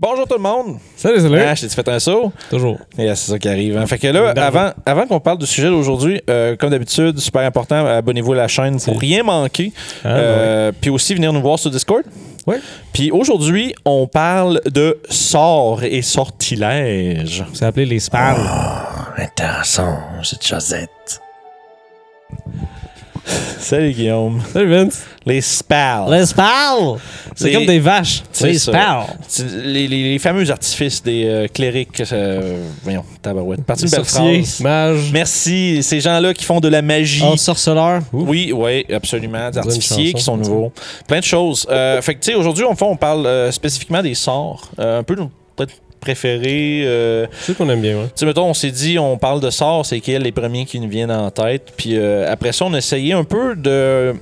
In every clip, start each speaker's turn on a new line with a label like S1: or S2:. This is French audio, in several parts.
S1: Bonjour tout le monde!
S2: Salut, salut.
S1: Ah, je t'ai fait un saut?
S2: Toujours.
S1: Yes, c'est ça qui arrive. hein. Fait que là, avant, avant qu'on parle du sujet d'aujourd'hui, euh, comme d'habitude, super important, abonnez-vous à la chaîne pour rien manquer.
S2: Ah,
S1: Euh, Puis aussi, venir nous voir sur Discord.
S2: Ouais.
S1: Puis aujourd'hui, on parle de sorts et sortilèges.
S2: C'est appelé les
S1: Ah.
S2: spams.
S3: Intéressant, cette chaussette.
S1: Salut Guillaume.
S2: Salut, Vince.
S1: Les spells.
S2: Les spams. C'est
S1: Les-
S2: comme des vaches.
S1: C'est
S2: Les
S1: ça.
S2: spams.
S1: C'est Les, les- les fameux artifices des euh, clérics. euh, voyons, tabarouette. Parti
S2: Les
S1: une belle
S2: sorciers,
S1: phrase.
S2: mages,
S1: Merci, ces gens-là qui font de la magie.
S2: Ah, sorceleurs.
S1: Oui, oui, absolument. Des
S2: On dirait une
S1: artificiers
S2: chanson,
S1: qui sont
S2: on dirait.
S1: nouveaux. Plein de choses. Euh, fait que, tu sais, aujourd'hui, on, fait- on parle euh, spécifiquement des sorts. Euh, un peu nos peut-être préférés. euh, tu
S2: C'est qu'on aime bien, ouais.
S1: sais, mettons, on s'est dit, on parle de sorts, c'est quels les premiers qui nous viennent en tête. Puis euh, après ça, on a essayé un peu de,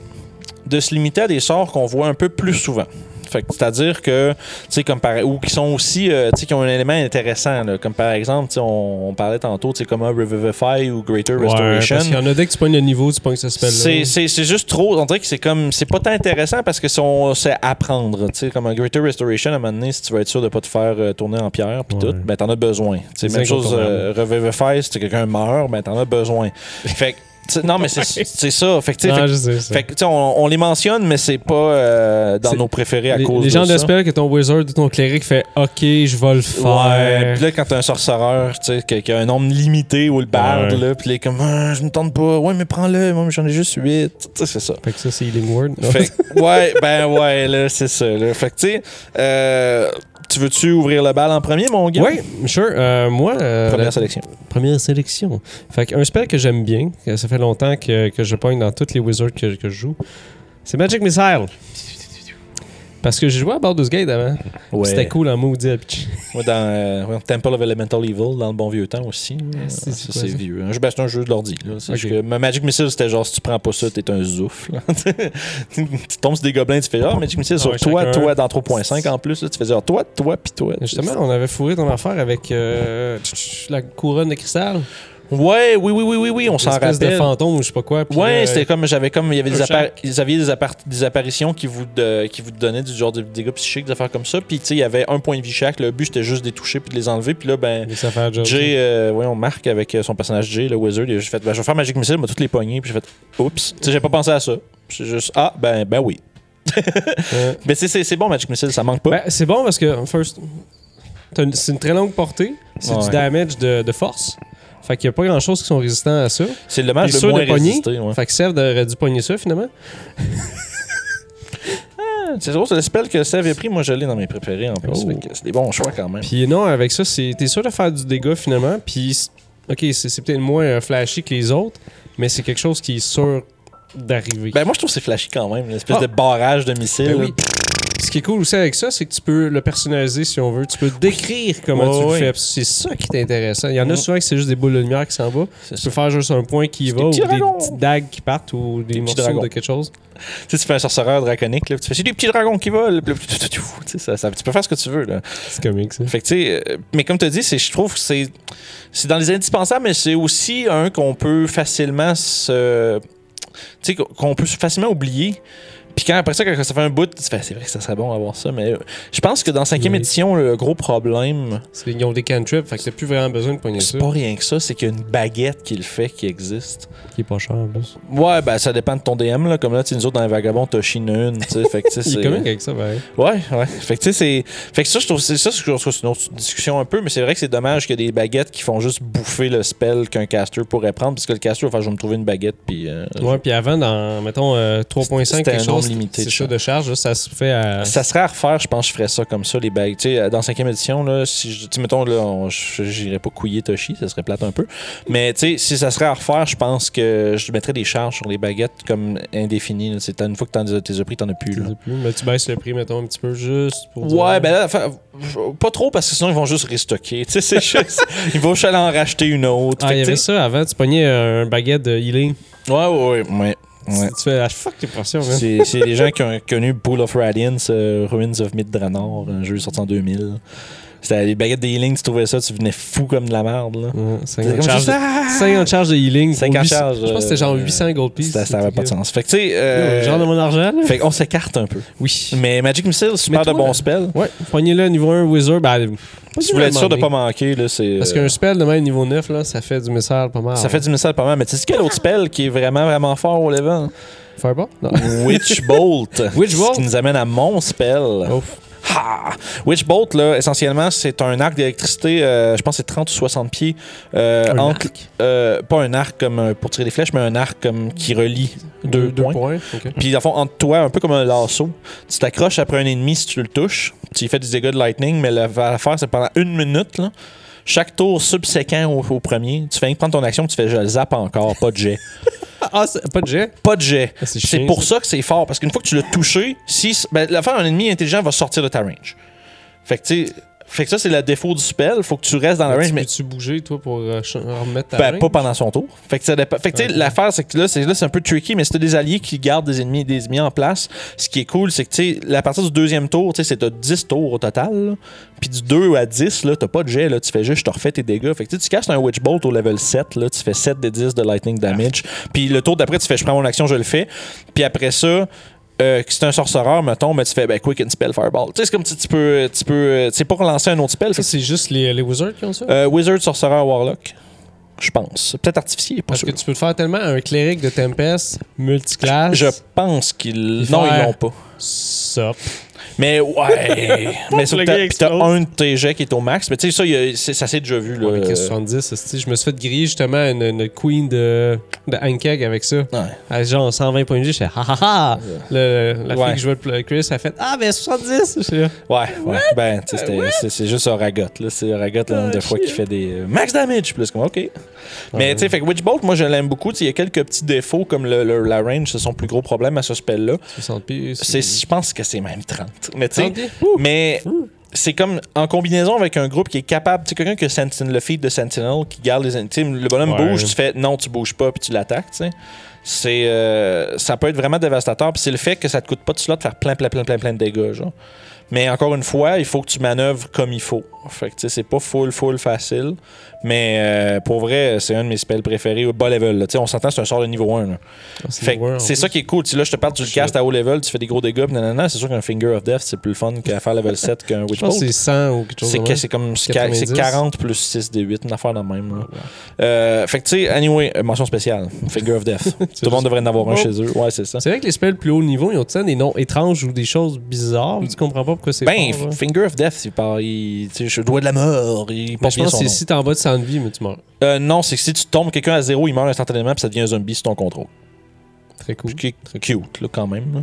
S1: de se limiter à des sorts qu'on voit un peu plus souvent. Fait que, c'est-à-dire que, tu sais, comme par. ou qui sont aussi, euh, tu sais, qui ont un élément intéressant, là. comme par exemple, tu sais, on, on parlait tantôt, tu sais, comme un Revivify ou Greater
S2: Ouais,
S1: Restoration.
S2: parce qu'il y en a dès que tu pognes le niveau, tu pognes ce spell-là.
S1: C'est, c'est, c'est juste trop. On dirait que c'est comme. C'est pas tant intéressant parce que c'est, on- c'est apprendre. Tu sais, comme un Greater Restoration, à un moment donné, si tu veux être sûr de pas te faire euh, tourner en pierre, puis
S2: Ouais.
S1: tout, ben t'en as besoin. Tu sais,
S2: C'est
S1: même chose, euh, Revivify, si quelqu'un meurt, ben t'en as besoin. Fait que. tu sais, Non, mais c'est, c'est ça. Fait que, tu sais,
S2: Non,
S1: fait-
S2: je sais ça.
S1: fait que, tu sais, on, on les mentionne, mais c'est pas euh, dans
S2: C'est-
S1: nos préférés à
S2: les,
S1: cause
S2: les gens
S1: de
S2: de
S1: ça.
S2: spell que ton wizard ou ton cléric fait OK, je vais le
S1: Ouais,
S2: faire.
S1: puis là, quand t'as un sorcereur, tu sais, que- qui a un nombre limité ou le barde,
S2: Ouais.
S1: là, puis il est comme, Ah, je me tente pas, ouais, mais prends-le, moi, j'en ai juste 8. Tu sais, c'est ça.
S2: Fait que ça, c'est Healing Word.
S1: Fait que- ouais, ben ouais, là, c'est ça. là. Fait que, tu sais, euh, tu veux-tu ouvrir le bal en premier, mon gars?
S2: Ouais, sure. Euh, moi, euh,
S1: Première
S2: la-
S1: sélection.
S2: Première sélection. Fait que un spell que j'aime bien, que ça fait longtemps que, que je pogne dans toutes les Wizards que, que je joue, c'est Magic Missile. Parce que j'ai joué à Baldur's Gate avant.
S1: Ouais.
S2: C'était cool en maudit. la pitch.
S1: Moi, dans euh, ouais, Temple of Elemental Evil, dans le bon vieux temps aussi. là,
S2: Ah,
S1: ça,
S2: c'est- c'est
S1: c'est
S2: quoi ça?
S1: vieux. Un jeu- ben, c'est un jeu de l'ordi. là. C'est
S2: Ok.
S1: juste que- ma Magic Missile, c'était genre, si tu prends pas ça, t'es un zouf. là. tu tombes sur des gobelins, tu fais, ah, Magic Missile sur
S2: ouais,
S1: toi,
S2: chacun.
S1: toi, dans 3.5 en plus. là, tu fais genre, toi, toi, puis toi.
S2: Justement, on avait fourré ton affaire avec euh, la couronne de cristal.
S1: Ouais, oui, oui, oui, oui, oui, on s'en
S2: L'espèce de
S1: rappelle.
S2: fantôme ou je sais pas quoi. puis,
S1: Ouais,
S2: euh,
S1: c'était comme j'avais comme il y avait des
S2: un
S1: appar-
S2: chac.
S1: ils avaient des, appar- des apparitions qui vous de- qui vous donnaient du genre de dégâts psychiques, des affaires comme ça. Puis tu sais, il y avait un point de vie chaque. Le but c'était juste de les toucher puis de les enlever. Puis là, ben
S2: les affaires de
S1: Jay, euh, voyons, Marc avec euh, son personnage Jay, le wizard, il a juste fait, ben, je vais faire Magic Missile, il m'a toutes les poignées. Puis j'ai fait, oups, tu sais, j'ai pas pensé à ça. C'est juste, ah, ben, ben oui.
S2: Ouais.
S1: Mais c'est- c'est c'est bon Magic Missile, ça manque pas.
S2: Ben, c'est bon parce que, first, t'as une- c'est une très longue portée. C'est
S1: Ouais.
S2: du damage de, de force. Fait qu'il y a pas grand chose qui sont résistants à ça.
S1: c'est le match
S2: t'es
S1: le
S2: sûr
S1: moins
S2: Ah, de pogner?
S1: résisté. ouais.
S2: Fait que Sev aurait dû pogner ça finalement.
S1: C'est drôle, c'est le spell que ça avait pris. Moi, je l'ai dans mes préférés en plus.
S2: Oh.
S1: Fait que C'est des bons choix quand même.
S2: Puis non, avec ça, c'est- t'es sûr de faire du dégât finalement. Puis, c- ok, c'est c'est peut-être moins euh, flashy que les autres, mais c'est quelque chose qui est sûr d'arriver.
S1: Ben, moi, je trouve que c'est flashy quand même, l'espèce
S2: Ah.
S1: de barrage de missiles.
S2: Ben oui. Ce qui est cool aussi avec ça, c'est que tu peux le personnaliser si on veut. Tu peux décrire comment
S1: Ouais,
S2: tu
S1: ouais.
S2: le fais. C'est ça qui est intéressant. Il y en
S1: Ouais.
S2: a souvent que c'est juste des boules de lumière qui s'en vont.
S1: C'est
S2: Tu
S1: ça.
S2: peux faire juste un point qui y
S1: C'est
S2: va
S1: des
S2: ou
S1: petits
S2: des
S1: dragons.
S2: petites dagues qui partent ou des,
S1: Des petits
S2: morceaux
S1: dragons.
S2: de quelque chose.
S1: Tu sais, tu fais un sorcereur draconique, là, puis tu fais, j'ai des petits dragons qui volent. puis là, tu tu- tu- tu sais, ça- ça- tu peux faire ce que tu veux. Là.
S2: C'est comique ça.
S1: Fait que, tu sais, euh, mais comme tu as dit, c'est- je trouve que c'est c'est dans les indispensables, mais c'est aussi un qu'on peut facilement se. Tu sais, qu'on- qu'on peut facilement oublier. Puis quand après ça, quand ça fait un bout, tu fais, c'est vrai que ça serait bon avoir ça, mais euh, je pense que dans 5e
S2: Oui.
S1: édition, le gros problème,
S2: Ils ont des cantrips, fait que t'as plus vraiment besoin de pogner ça.
S1: c'est pas rien que ça, c'est qu'il y a une baguette qui le fait qui existe.
S2: Qui est pas cher en plus.
S1: Ouais, ben ça dépend de ton DM, là. Comme là, tu sais, nous autres, dans les vagabonds, t'as chiné une, tu sais. Fait que, tu sais,
S2: Il
S1: c'est-
S2: est comique avec ça, ouais.
S1: Ouais, ouais. Fait que tu sais, c'est. Fait que ça, je trouve c'est ça, je trouve que c'est une autre discussion un peu, mais c'est vrai que c'est dommage qu'il y a des baguettes qui font juste bouffer le spell qu'un caster pourrait prendre, parce que le caster va faire je vais me trouver une baguette, puis. euh,
S2: Ouais, puis avant, dans, mettons, euh, 3.5,
S1: C'était
S2: quelque
S1: un nombre
S2: chose,
S1: limité de
S2: c'est ça de charge, là, ça se fait à...
S1: Ça serait à refaire, je pense que je ferais ça comme ça, les bagues. Tu sais, dans 5e édition, là, si je, tu sais, mettons, là, on- je- j'irais pas couiller Toshi, ça serait plate un peu. Mais tu sais, si ça serait à refaire, je pense que je mettrais des charges sur les baguettes comme indéfinies. là. C'est une fois que t'en as, t'es pris, t'en as plus.
S2: Je
S1: Là.
S2: sais plus, mais tu baisses le prix, mettons, un petit peu, juste pour... dire-
S1: Ouais, ben là, enfin, pas trop parce que sinon ils vont juste restocker. Tu sais, c'est juste. ils vont juste aller en racheter une autre.
S2: Ah,
S1: Fait
S2: il y
S1: que,
S2: avait
S1: tu sais,
S2: ça avant, tu pognais euh, un baguette de healing.
S1: Ouais, ouais, ouais. ouais. ouais.
S2: Tu, tu fais, ah, fuck, t'es portions, man.
S1: C'est c'est les gens qui ont connu Pool of Radiance, euh, Ruins of Midranor, un jeu sorti en 2000. C'était les baguettes de healing, tu trouvais ça, tu venais fou comme de la merde. Là.
S2: Ouais,
S1: C'était
S2: 50
S1: comme
S2: charges
S1: juste,
S2: de,
S1: ah!
S2: 50 charges de healing. pour
S1: 50
S2: 800
S1: charges,
S2: Je pense que c'était genre
S1: euh,
S2: 800 gold pieces.
S1: Ça ça avait pas de sens. Fait que tu sais. euh,
S2: Genre de mon argent, là.
S1: Fait qu'on s'écarte un peu.
S2: Oui.
S1: Mais Magic Missile, super
S2: Mais toi,
S1: de bons
S2: là-
S1: spells.
S2: Ouais, poignez-le niveau 1 Wizard. Ben,
S1: Si vous voulez être sûr de pas manquer, là, c'est.
S2: Parce
S1: euh,
S2: qu'un spell de même niveau 9, là, ça fait du missile pas mal.
S1: ça fait du missile pas mal. Mais tu sais quel
S2: Ah.
S1: autre spell qui est vraiment, vraiment fort au level? hein?
S2: Fireball? Non.
S1: Witch Bolt.
S2: Witch Bolt?
S1: Ce qui nous amène à mon spell.
S2: Oh.
S1: Ha! Witch Bolt, là, essentiellement, c'est un arc d'électricité, euh, je pense que c'est 30 ou 60 pieds. euh,
S2: Un
S1: entre- euh, pas un arc comme euh, pour tirer des flèches, mais un arc comme qui relie deux, points.
S2: ok.
S1: Puis, dans le fond, entre toi, un peu comme un lasso, tu t'accroches après un ennemi si tu le touches. Tu lui fais des dégâts de lightning, mais la- l'affaire, c'est pendant une minute. Là. Chaque tour subséquent au, au premier, tu fais rien que prendre ton action, tu fais je le zappe encore, pas de jet.
S2: Ah, ah, c'est- pas de jet.
S1: Pas de jet.
S2: Ah, c'est
S1: C'est
S2: chiant,
S1: pour ça que c'est fort, parce qu'une fois que tu l'as touché, si ben, l'affaire, un ennemi intelligent va sortir de ta range. Fait que, tu sais, fait que ça, c'est le défaut du spell. Faut que tu restes dans la range, mais
S2: Ah, tu bouger, toi, pour euh, ch- remettre ta
S1: ben,
S2: ring?
S1: pas pendant son tour. Fait que, ça dépend- fait que, tu sais,
S2: Ok.
S1: l'affaire, c'est que là, c'est là, c'est un peu tricky, mais si t'as des alliés qui gardent des ennemis des ennemis en place, ce qui est cool, c'est que, tu sais, à partir du deuxième tour, tu sais, c'est t'as 10 tours au total, là. Puis du 2 à 10, là, t'as pas de jet, là. Tu fais juste, je te refais tes dégâts. Fait que, tu sais, tu castes un Witch Bolt au level 7, là. Tu fais 7 des 10 de Lightning Damage. Puis le tour d'après, tu fais, je prends mon action, je le fais. Puis après ça, euh, que c'est un sorcereur, mettons, mais tu fais ben, Quick and Spell Fireball. Tu sais, c'est comme tu, tu peux. Tu peux euh, c'est pas relancer un autre spell.
S2: Ça, c'est juste les, les wizards qui ont ça?
S1: Euh, Wizard, sorcereur, warlock. Je pense. Peut-être artificier, pas
S2: Parce
S1: sûr.
S2: que tu peux le faire tellement à un cléric de Tempest, multiclasse,
S1: Je pense qu'ils.
S2: Ils
S1: Non, ils
S2: faire-
S1: l'ont pas.
S2: sup.
S1: Mais ouais. mais sur
S2: Le
S1: ta-
S2: gars
S1: pis t'as
S2: explose.
S1: un de tes jets qui est au max. Mais tu sais, ça, il y a- c'est- ça s'est déjà vu. Là.
S2: Ouais, mais qu'est-ce que 70, hostie, je me suis fait griller justement une, une queen de, de Hancock avec ça.
S1: Ouais.
S2: À genre 120 points de vie, je fais ha ha ha! Le- la
S1: Ouais.
S2: fille que je jouais le Chris, elle fait ah, ben 70! Je suis là,
S1: Ouais, ouais. Ben, tu sais, c'était- c'est- c'est juste Oragot. là. C'est Oragot le nombre de
S2: Ah,
S1: fois qui
S2: shit.
S1: fait des euh, max damage. Plus comme, OK. Mais tu sais, fait que Witch Bolt, moi, je l'aime beaucoup. Tu sais, Il y a quelques petits défauts comme le, le- la range, c'est son plus gros problème à ce spell-là.
S2: 60 pieds.
S1: C'est- Je pense que c'est même 30. Mais tu sais,
S2: Ok.
S1: Mais c'est comme en combinaison avec un groupe qui est capable, tu sais, quelqu'un qui a Sentinel, le feed de Sentinel, qui garde les. in- Tu sais, le bonhomme
S2: Ouais.
S1: bouge, tu fais non, tu bouges pas, puis tu l'attaques, tu sais. C'est, euh, ça peut être vraiment dévastateur, puis c'est le fait que ça te coûte pas de slot de faire plein, plein, plein, plein, plein de dégâts, genre. Mais encore une fois, il faut que tu manœuvres comme il faut. Fait que, tu sais, c'est pas full, full facile. Mais euh, pour vrai, c'est un de mes spells préférés au bas level. là. Tu sais, on s'entend, c'est un sort de niveau 1. là.
S2: Ah, c'est
S1: Fait que
S2: Word, en
S1: c'est
S2: plus.
S1: ça qui est cool. Tu sais, là, je te parle, tu le
S2: Shit.
S1: castes à haut level, tu fais des gros dégâts, pis nanana. C'est sûr qu'un Finger of Death, c'est plus le fun qu'à faire level 7 qu'un
S2: Je
S1: Witch
S2: pense que
S1: Bolt.
S2: c'est 100 ou quelque chose.
S1: C'est
S2: de
S1: que-
S2: même.
S1: c'est comme c'est
S2: 90.
S1: quar- c'est 40 plus 6 des 8, une affaire de même. là. Euh, fait que tu sais, anyway, euh, mention spéciale, Finger of Death. Tout le monde devrait en avoir un
S2: Oh.
S1: chez eux. Ouais, c'est ça.
S2: C'est vrai que les spells plus haut niveau, ils ont tout ça des noms étranges ou des choses bizarres. Tu comprends pas pourquoi c'est.
S1: Ben,
S2: fort, hein. là.
S1: Finger of Death, c'est par. il- Tu sais, je dois de la mort. Il
S2: Mais
S1: porte
S2: Ben, je
S1: bien
S2: pense que
S1: son
S2: c'est
S1: nom.
S2: si t'es en bas de 100 de vie, mais tu meurs.
S1: Euh, non, c'est que si tu tombes quelqu'un à zéro, il meurt instantanément, puis ça devient un zombie sur ton contrôle.
S2: Très cool.
S1: Puis qui est cute, là, quand même. là.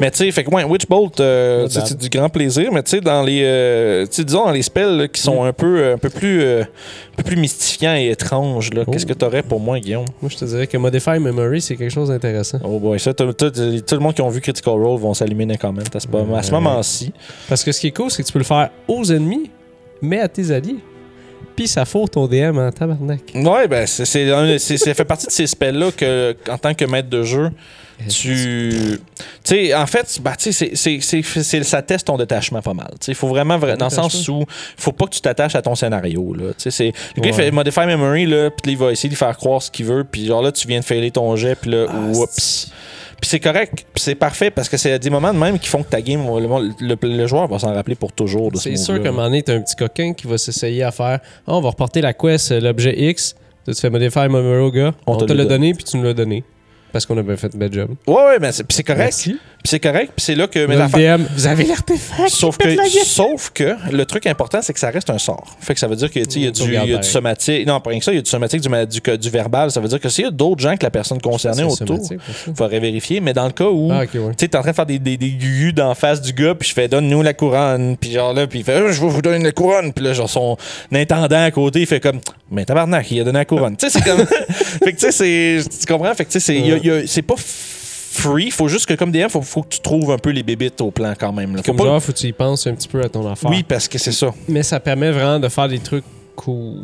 S1: Mais tu sais, fait que, ouais, Witch Bolt, euh,
S2: Not
S1: c'est
S2: bad.
S1: c'est du grand plaisir, mais tu sais, dans les. euh, tu sais, disons, dans les spells là, qui sont un, peu, euh, un, peu plus, euh, un peu plus mystifiants et étranges, là,
S2: Oh.
S1: qu'est-ce que t'aurais pour moi, Guillaume
S2: Moi, je te dirais que Modify Memory, c'est quelque chose d'intéressant.
S1: Oh boy, ça, tout, tout- tout le monde qui a vu Critical Role vont s'allumer dans les comments à ce, moment- à ce
S2: Ouais.
S1: moment-ci.
S2: Parce que ce qui est cool, c'est que tu peux le faire aux ennemis, mais à tes alliés. Puis ça fourre ton DM en tabarnak.
S1: Ouais, ben, c'est, c'est un- c'est- ça fait partie de ces spells-là que, en tant que maître de jeu, tu. Tu sais, en fait, bah, tu sais, c'est- c'est- c'est- c'est- ça teste ton détachement pas mal. Tu sais, il faut vraiment. vra- Dans le sens où, faut pas que tu t'attaches à ton scénario. Là. Tu sais, c'est- Le gars, il
S2: Ouais.
S1: fait Modify Memory, là, puis il va essayer de faire croire ce qu'il veut, puis genre là, tu viens de failer ton jet, puis
S2: Ah,
S1: là, oups. Puis c'est correct, puis c'est parfait, parce que c'est des moments de même qui font que ta game, le, le- le joueur va s'en rappeler pour toujours. de ce
S2: C'est sûr
S1: move-là,
S2: qu'à un moment donné, t'as un petit coquin qui va s'essayer à faire Ah, on va reporter la quest, euh, l'objet X. Toi, tu fais Modify Memory au gars. On, te l'a donné, puis tu nous l'as donné. Parce qu'on a bien fait le bel job.
S1: Ouais, ouais, mais c'est, puis c'est correct.
S2: Merci.
S1: Puis c'est correct, puis c'est là que.
S2: Mais
S1: mes affaires-
S2: le DM, vous avez l'artefact.
S1: Sauf que, sauf que le truc important, c'est que ça reste un sort. Fait que ça veut dire qu'il y a
S2: Mm,
S1: du,
S2: tu regardes
S1: il y a du
S2: pareil.
S1: somatique. Non, pas rien que ça, il y a du somatique, du, ma- du, co- du verbal. Ça veut dire que s'il y a d'autres gens que la personne concernée
S2: C'est
S1: autour,
S2: somatique, pour ça.
S1: il faudrait vérifier. Mais dans le cas où.
S2: Ah, ok, ouais.
S1: Tu sais, t'es en train de faire des, des, des gugus d'en face du gars, puis je fais donne-nous la couronne, puis genre là, puis il fait Euh, je vais vous donner la couronne, puis là, genre son intendant à côté, il fait comme mais tabarnak, il a donné la couronne. tu sais, c'est comme. fait que tu sais, c'est. Tu comprends? Fait que tu sais, c'est il y a- il y a- c'est pas free, faut juste que comme DM, faut, faut que tu trouves un peu les bébites au plan quand même. là. Faut
S2: Comme
S1: pas-
S2: genre, faut que tu y penses un petit peu à ton affaire.
S1: oui, parce que c'est ça.
S2: Mais ça permet vraiment de faire des trucs cool.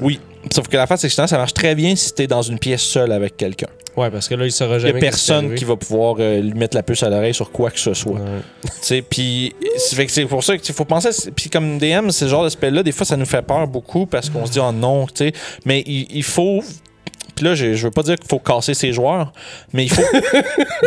S1: Oui. Sauf que la face extérieure, ça marche très bien si t'es dans une pièce seule avec quelqu'un.
S2: Ouais, parce que là, il saura
S1: Il n'y a
S2: jamais.
S1: personne qui va pouvoir euh, lui mettre la puce à l'oreille sur quoi que ce soit. Tu sais, Puis c'est fait que c'est pour ça qu'il faut penser. c'est- Puis comme DM, ce genre d'aspect-là, des fois, ça nous fait peur beaucoup parce qu'on se dit, oh non, tu sais. Mais il, il faut. Puis là, je, je veux pas dire qu'il faut casser ses joueurs, mais il faut.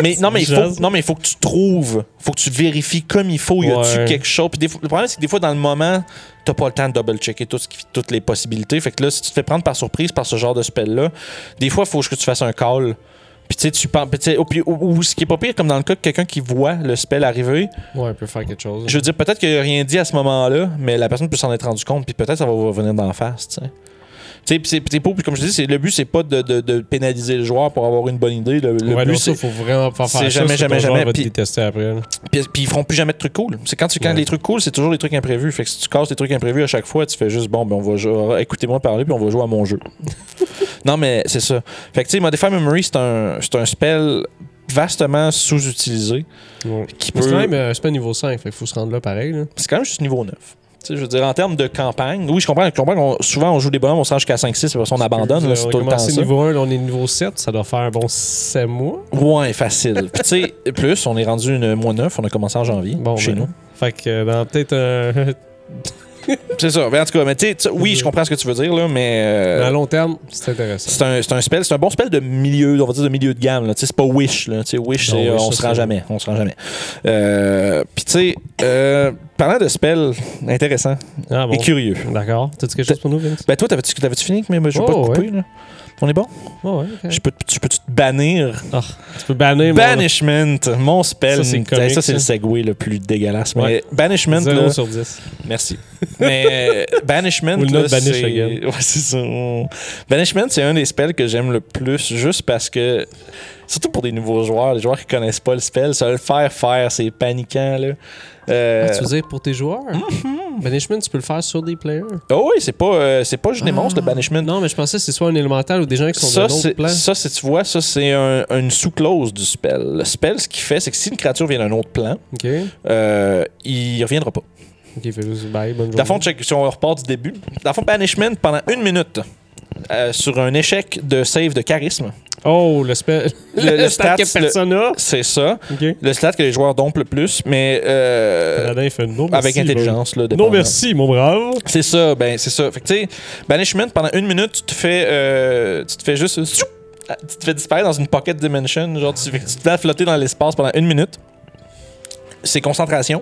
S1: mais, non, mais il
S2: Jazz.
S1: faut, non, mais il faut que tu trouves. faut que tu vérifies comme il faut. Y a-tu
S2: Ouais.
S1: quelque chose? Puis des fois- le problème, c'est que des fois, dans le moment, t'as pas le temps de double-checker tout ce qui- toutes les possibilités. Fait que là, si tu te fais prendre par surprise par ce genre de spell-là, des fois, il faut que tu fasses un call. Puis tu sais, tu penses. puis tu sais, Ou, puis- ou- ou ce qui est pas pire, comme dans le cas de quelqu'un qui voit le spell arriver,
S2: Ouais, on peut faire quelque chose.
S1: je veux dire, peut-être qu'il n'a rien dit à ce moment-là, mais la personne peut s'en être rendu compte, puis peut-être ça va vous revenir d'en face, tu sais. Tu sais, puis c'est- puis c'est pas- puis comme je dis, c'est- le but, c'est pas de, de- de pénaliser le joueur pour avoir une bonne idée. Le, le
S2: ouais,
S1: but,
S2: non,
S1: c'est.
S2: ça, faut vraiment pas
S1: c'est
S2: faire ça.
S1: jamais,
S2: parce que
S1: jamais,
S2: ton joueur
S1: jamais,
S2: va te
S1: puis-
S2: détester après. là.
S1: Puis, puis ils feront plus jamais de trucs cool. C'est quand, tu, quand
S2: Ouais.
S1: les trucs cool, c'est toujours les trucs imprévus. Fait que si tu casses les trucs imprévus à chaque fois, tu fais juste bon, ben on va jouer- écoutez-moi parler, puis on va jouer à mon jeu. non, mais c'est ça. Fait que tu sais, Modify Memory, c'est un, c'est un spell vastement sous-utilisé
S2: Ouais.
S1: qui
S2: Mais
S1: peut.
S2: C'est quand même, euh, c'est pas niveau 5, fait qu'il faut se rendre là pareil. Là.
S1: c'est quand même juste niveau 9. Tu sais, je veux dire, en termes de campagne, oui, je comprends, je comprends qu'on- souvent on joue des bonhommes, on se rend jusqu'à 5-6, parce qu'on abandonne, là,
S2: Vous
S1: c'est
S2: avez
S1: tout le temps
S2: commencé
S1: ça.
S2: niveau 1, là, on est niveau 7, ça doit faire un bon 7 mois.
S1: Ouais, facile. Puis tu sais, plus, on est rendu une mois 9, on a commencé en janvier,
S2: Bon,
S1: chez
S2: ben,
S1: nous.
S2: Fait que euh, dans peut-être un.
S1: C'est ça, mais en tout cas, mais tu sais, tu- oui, je comprends ce que tu veux dire, là, mais... euh,
S2: à long terme, c'est intéressant.
S1: c'est un, c'est un spell, c'est un bon spell de milieu, on va dire de milieu de gamme. là. Tu sais, C'est pas Wish. Là. Tu sais, Wish,
S2: Non,
S1: c'est, euh,
S2: Wish,
S1: on
S2: ça,
S1: se rend
S2: c'est-
S1: jamais. On se rend jamais. Euh, Puis tu sais, euh, parlant de spell intéressant
S2: Ah bon.
S1: et curieux.
S2: D'accord. T'as-tu quelque chose pour nous, Vince?
S1: Ben toi, t'avais-tu, t'avais-tu fini avec mes je vais pas
S2: Oh,
S1: te couper, là? On est bon?
S2: Oh, ouais, ok.
S1: Je peux, je peux-tu te bannir?
S2: Ah, tu peux bannir.
S1: Banishment, mon spell.
S2: Ça, c'est
S1: Hey,
S2: comique,
S1: ça, c'est le
S2: ça.
S1: segway le plus dégueulasse. Mais
S2: Ouais.
S1: Banishment,
S2: mon... 0
S1: là,
S2: sur 10.
S1: merci. Mais euh, Banishment,
S2: Will
S1: là,
S2: not banish
S1: c'est...
S2: again.
S1: Ouais, c'est ça. On- Banishment, c'est un des spells que j'aime le plus, juste parce que, surtout pour des nouveaux joueurs, les joueurs qui connaissent pas le spell, ça le faire faire, c'est paniquant. Là. Euh, Mm-hmm.
S2: Ah, tu veux dire pour tes joueurs? Banishment, tu peux le faire sur des players.
S1: oh oui, c'est pas, euh, c'est pas juste des
S2: Ah.
S1: monstres, le Banishment.
S2: Non, mais je pensais que c'est soit un élémental ou des gens qui sont
S1: Ça,
S2: de l'autre
S1: c'est,
S2: plan.
S1: ça, c'est- tu vois, ça, c'est un- une sous-clause du spell. Le spell, ce qu'il fait, c'est que si une créature vient d'un autre plan,
S2: Ok.
S1: euh, il reviendra pas.
S2: Ok, fait juste bye, bonne journée.
S1: Dans le fond, check, si on repart du début, dans le fond, banishment pendant une minute euh, sur un échec de save de charisme.
S2: Oh, le spell.
S1: Le- le Euh, stats,
S2: que personne n'a.
S1: C'est ça.
S2: Ok.
S1: Le stat que les joueurs dompent le plus, mais euh,
S2: Paladin, il fait non, merci,
S1: avec intelligence. Là,
S2: bon.
S1: dépendant.
S2: Non, merci, mon brave.
S1: C'est ça, ben c'est ça. Fait que tu sais, banishment pendant une minute, tu te fais, euh, tu te fais juste, tchou, ah, tu te fais disparaître dans une pocket dimension, genre tu, fait que tu te fais flotter dans l'espace pendant une minute. C'est concentration,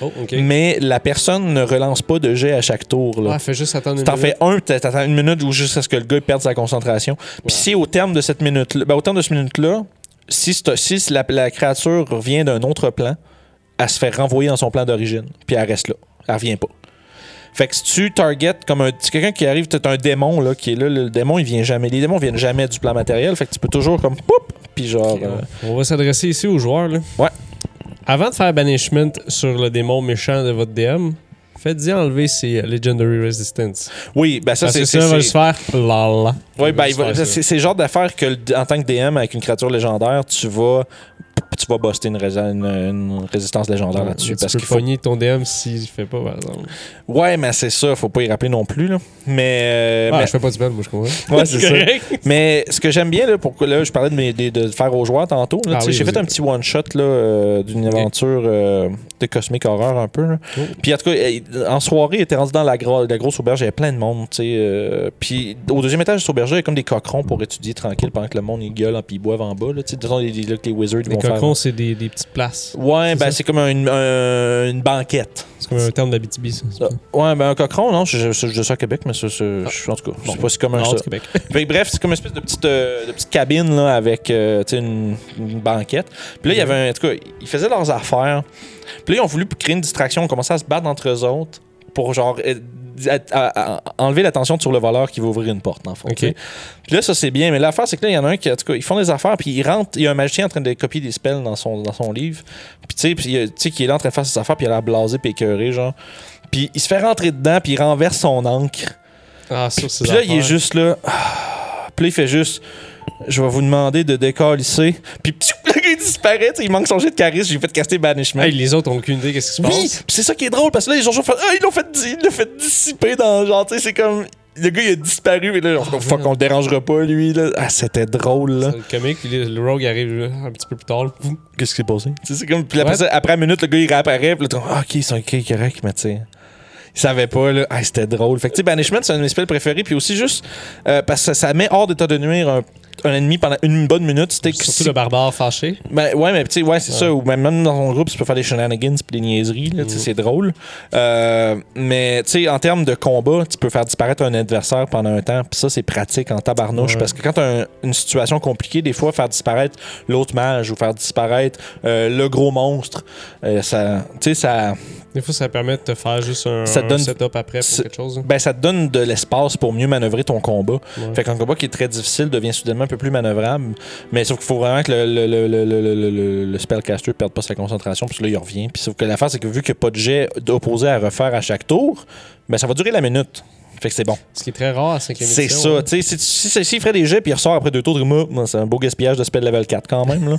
S2: Oh, ok.
S1: mais la personne ne relance pas de jet à chaque tour. Là.
S2: Ah, fais juste attendre
S1: Si
S2: une
S1: T'en
S2: minute.
S1: fais un, t'a- t'attends une minute ou jusqu'à ce que le gars perde sa concentration. Puis si au terme de cette minute-là, ben, au terme de cette minute-là, si, c'est- si c'est la, la créature revient d'un autre plan, elle se fait renvoyer dans son plan d'origine, puis elle reste là. Elle revient pas. Fait que si tu target comme un si quelqu'un qui arrive, t'as un démon là qui est là, le démon il vient jamais. Les démons viennent jamais du plan matériel, fait que tu peux toujours comme poup, puis genre.
S2: Ok,
S1: euh,
S2: ouais. On va s'adresser ici aux joueurs. Là.
S1: Ouais.
S2: Avant de faire banishment sur le démon méchant de votre DM, faites-y enlever ses Legendary Resistance.
S1: Oui, ben ça
S2: Parce
S1: c'est.
S2: que sinon,
S1: c'est-
S2: on va
S1: c'est-
S2: se faire lala.
S1: Oui,
S2: On va
S1: ben,
S2: se
S1: il va-
S2: faire ça.
S1: c'est c'est le genre d'affaire que, le- en tant que DM, avec une créature légendaire, tu vas, tu vas buster une, rés- une- une résistance légendaire là-dessus.
S2: Tu
S1: Parce
S2: peux
S1: qu'il faut.
S2: pogner ton DM s'il fait pas, par exemple.
S1: Ouais, mais c'est ça, faut pas y rappeler non plus. Là. Mais. euh,
S2: Ah,
S1: mais-
S2: je fais pas du spell, moi, je comprends.
S1: Ouais, c'est ça.
S2: correct.
S1: Mais ce que j'aime bien, là, pour, là, je parlais de, mes, des- de faire aux joueurs tantôt. là,
S2: Ah
S1: tu sais,
S2: oui,
S1: J'ai
S2: vas-y.
S1: fait un petit one-shot là, euh, d'une
S2: Ok.
S1: aventure euh, de Cosmic Horror un peu. là.
S2: Oh.
S1: Puis en tout cas, euh, en soirée, il était rendu dans la, gro- la grosse auberge, il y avait plein de monde. tu sais, euh, puis au deuxième étage de cette auberge, il y avait comme des coquerons pour étudier tranquille pendant que le monde il gueule hein, puis ils boivent en bas. Là, tu sais, de toute façon, les, les- là, que les wizards
S2: Les
S1: vont faire.
S2: cocons, c'est des, des petites places.
S1: Ouais,
S2: c'est
S1: ben
S2: ça?
S1: c'est comme une, un- une banquette.
S2: C'est comme un terme d'Abitibi, ça.
S1: Ah, Ouais, ben un coqueron, non, je, je, je dis ça au Québec, mais ça, ça-
S2: Ah.
S1: je- en tout cas, je sais pas si c'est commun ça.
S2: du Québec.
S1: Fait que bref, c'est comme une espèce de petite, euh, de petite cabine là, avec euh, tu sais, une, une banquette. Puis là, il y avait un. En tout cas, ils faisaient leurs affaires. Puis là, ils ont voulu créer une distraction. On commençait à se battre entre eux autres pour genre. euh, être- à- à- enlever l'attention sur le voleur qui va ouvrir une porte, dans le fond.
S2: Ok.
S1: tu sais. Puis là, ça, c'est bien. Mais l'affaire, c'est que là, il y en a un qui, en tout cas, ils font des affaires, puis ils rentrent. Il y a un magicien en train de copier des spells dans son, dans son livre. Puis tu sais, puis, euh, tu sais, qui est là en train de faire ses affaires, puis il a l'air blasé, puis écœuré, genre. Puis il se fait rentrer dedans, puis il renverse son encre.
S2: Ah, ça, c'est
S1: Puis là, il est juste là. Ah. Puis là, il fait juste. Je vais vous demander de décalisser. Puis ptiou, le gars, il disparaît. tu sais, Il manque son jet de charisme. J'ai fait caster Banishment.
S2: Hey, les autres ont aucune idée qu'est-ce qui se
S1: Oui,
S2: passe.
S1: pis c'est ça qui est drôle parce que là, ils ont genre fait Ah, ils l'ont fait, di- ils l'ont fait dissiper dans genre, tu sais, c'est comme. Le gars, il a disparu, et là, on fait, fuck, on le dérangera pas, lui, là. Ah, c'était drôle, là.
S2: C'est Le comique, puis le le rogue arrive là, un petit peu plus tard. Pouf.
S1: Qu'est-ce qui s'est passé? Tu sais, c'est comme. Puis après,
S2: Ouais.
S1: ça, après la minute, le gars, il réapparaît, puis là, t'es comme, Ah, ok, ils sont ok, correct, mais tu sais. Il savait pas, là. Ah, c'était drôle. Fait que, tu sais, Banishment, c'est un de mes spells préférés, puis aussi juste euh, parce que ça met hors d'état de nuire un, un ennemi pendant une bonne minute. C'était que
S2: Surtout
S1: si-
S2: le barbare fâché.
S1: Ben, ouais, mais tu sais, ouais, c'est ça. Ou même- même dans ton groupe, tu peux faire des shenanigans puis des niaiseries, là, tu sais, c'est drôle. Euh, mais tu sais, en termes de combat, tu peux faire disparaître un adversaire pendant un temps, puis ça, c'est pratique en tabarnouche
S2: Ouais.
S1: parce que quand t'as un- une situation compliquée, des fois, faire disparaître l'autre mage ou faire disparaître euh, le gros monstre, euh, ça, tu sais, ça,
S2: Des fois, ça permet de te faire juste un,
S1: Ça
S2: un
S1: donne-
S2: setup après pour
S1: c'est-
S2: quelque chose. là.
S1: ben, ça te donne de l'espace pour mieux manœuvrer ton combat.
S2: Ouais.
S1: Fait qu'un combat qui est très difficile devient soudainement un peu plus manœuvrable. Mais sauf qu'il faut vraiment que le, le, le, le, le, le- le- le spellcaster perde pas sa concentration, puis là, il revient. Puis sauf que l'affaire, c'est que vu qu'il n'y a pas de jet opposé à refaire à chaque tour, ben ça va durer la minute. Fait que c'est bon.
S2: Ce qui est très rare à 5
S1: C'est
S2: hein?
S1: ça. tu sais, Si, tu- si, si, s'il ferait des jets puis il ressort après deux tours, tu dirais, Moi, c'est un beau gaspillage de spell level 4 quand même. Là.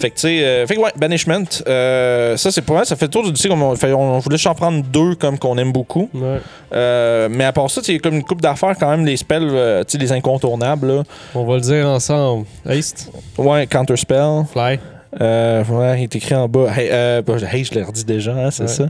S1: fait que, tu sais, euh, fait que, ouais, Banishment, euh, ça, c'est pas mal. Ça fait le tour du dossier. comme On, fait- on voulait juste en prendre deux comme qu'on aime beaucoup.
S2: Ouais.
S1: Euh, mais à part ça, c'est comme une coupe d'affaires quand même, les spells, euh, tu sais, les incontournables. Là.
S2: On va le dire ensemble. Haste,
S1: Ouais, Counterspell.
S2: fly.
S1: Euh, ouais, il est écrit en bas. Hey, euh, bah, hey, je l'ai redit déjà, hein, c'est
S2: Ouais.
S1: ça.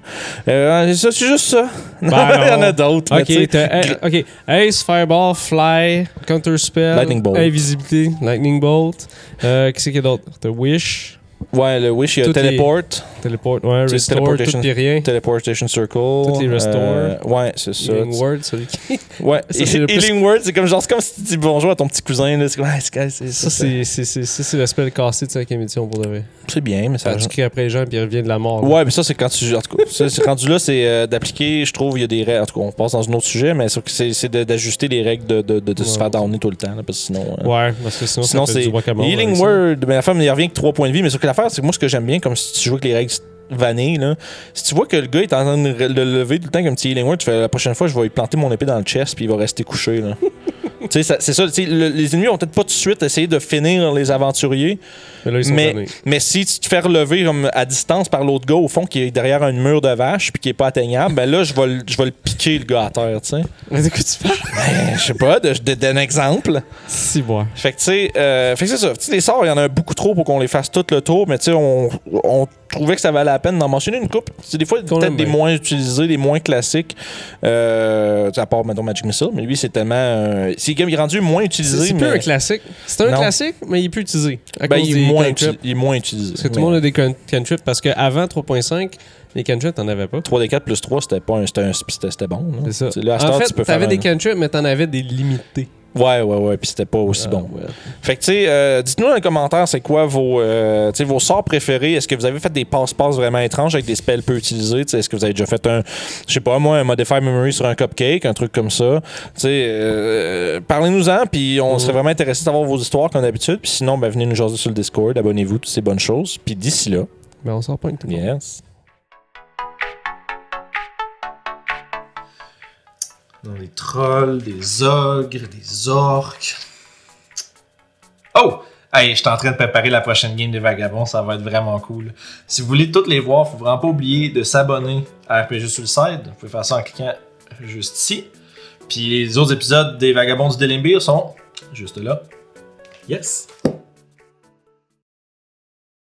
S1: Euh, ouais, ça, c'est juste ça. Non,
S2: Ben,
S1: il y en a
S2: non.
S1: d'autres. mais tu sais,
S2: Ok, t'as- eh, ok. Ace, Fireball, Fly, Counter Spell,
S1: Lightning Bolt.
S2: Invisibilité, Lightning Bolt. Euh, Qu'est-ce qu'il y a d'autre T'as Wish,
S1: ouais, le Wish, il y a
S2: Toutes les-
S1: Teleport,
S2: Teleport, ouais,
S1: C'est
S2: Restore, tout
S1: teleportation.
S2: et rien.
S1: Teleportation Circle.
S2: Toutes les restore.
S1: euh, ouais, c'est ça.
S2: Healing Word, celui qui.
S1: Ouais,
S2: Ça, c'est le plus-
S1: Healing Word, c'est comme genre, c'est comme si tu dis bonjour à ton petit cousin. Là. C'est comme, ah, c'est- c'est-
S2: Ça,
S1: c'est-
S2: c'est- c'est c'est- ça, c'est le spell cassé de 5 émission pour de vrai.
S1: c'est bien, mais ça.
S2: Quand tu cries après les gens puis ils reviennent de la mort. là.
S1: Ouais, mais ça, c'est quand tu. En tout cas, ça, c'est rendu là, c'est euh, d'appliquer, je trouve, il y a des règles. En tout cas, on passe dans un autre sujet, mais c'est- c'est c'est de- d'ajuster les règles de, de, de, de se
S2: Ouais.
S1: faire downer tout le temps, là, parce que sinon. euh,
S2: Ouais, parce que sinon,
S1: Sinon,
S2: ça fait
S1: c'est
S2: du guacamole.
S1: Healing
S2: avec ça.
S1: Word. Mais la femme, il revient que 3 points de vie. Mais sauf que l'affaire, c'est que moi, ce que j'aime bien, comme si tu joues avec les règles vanilles, là, si tu vois que le gars est en train de re- le lever tout le temps comme petit Healing Word, tu fais la prochaine fois, je vais lui planter mon épée dans le chest, puis il va rester couché. là. Tu sais, ça- c'est ça. tu sais, le- les ennemis ont peut-être pas tout de suite essayé de finir les aventuriers,
S2: Mais là, ils sont
S1: mais,
S2: tannés.
S1: mais si tu te fais relever comme à distance par l'autre gars, au fond, qui est derrière un mur de vache, puis qui est pas atteignable, ben là, je vais, le- je vais le piquer, le gars, à terre, tu sais.
S2: Mais de quoi tu parles
S1: Ben, Je sais pas, de- de- d'un exemple.
S2: Si, ouais.
S1: Fait que, tu sais, euh, fait que c'est ça. Tu sais, les sorts, il y en a beaucoup trop pour qu'on les fasse tout le tour, mais tu sais, on, on trouvait que ça valait la peine d'en mentionner une coupe. C'est des fois
S2: Qu'on
S1: peut-être
S2: aime
S1: des
S2: bien.
S1: moins utilisés, des moins classiques. Euh, tu sais, à part, mettons, Magic Missile, mais lui, c'est tellement. euh, c'est comme il est rendu moins
S2: C'est
S1: utilisé,
S2: c'est plus
S1: mais.
S2: un classique. C'est un
S1: Non.
S2: classique, mais il est plus utilisé. À
S1: ben,
S2: cause
S1: il,
S2: des
S1: est moins
S2: cantrips.
S1: uti- il est moins utilisé.
S2: Parce que tout le monde a des can- cantrips. Parce qu'avant 3.5, les cantrips, t'en avais pas.
S1: 3D4 plus 3, c'était pas un. C'était un- c'était- c'était bon, non?
S2: C'est ça.
S1: Tu sais, Là, à cette
S2: en
S1: heure,
S2: fait,
S1: tu peux
S2: t'avais
S1: faire
S2: des
S1: un-
S2: cantrips, mais t'en avais des limités.
S1: Ouais, ouais, ouais, puis c'était pas aussi bon.
S2: Ah, ouais.
S1: Fait que, tu sais, euh, dites-nous dans les commentaires, c'est quoi vos, euh, tu sais, vos sorts préférés? Est-ce que vous avez fait des passe-passe vraiment étranges avec des spells peu utilisés? Tu sais, Est-ce que vous avez déjà fait un, je sais pas moi, un Modify Memory sur un cupcake, un truc comme ça? Tu sais, euh, parlez-nous-en, puis
S2: Mm-hmm.
S1: on serait vraiment intéressé de savoir vos histoires comme d'habitude. Puis sinon, ben, venez nous jaser sur le Discord, abonnez-vous, toutes ces bonnes choses. Puis d'ici là,
S2: Mais on sort pas une tout le monde.
S1: yes.
S4: dans les trolls, des ogres, des orques. Oh! Hey, je suis en train de préparer la prochaine game des vagabonds, ça va être vraiment cool. Si vous voulez toutes les voir, faut vraiment pas oublier de s'abonner à RPG Suicide. Vous pouvez faire ça en cliquant juste ici. Puis les autres épisodes des vagabonds du Delimbir sont juste là. Yes!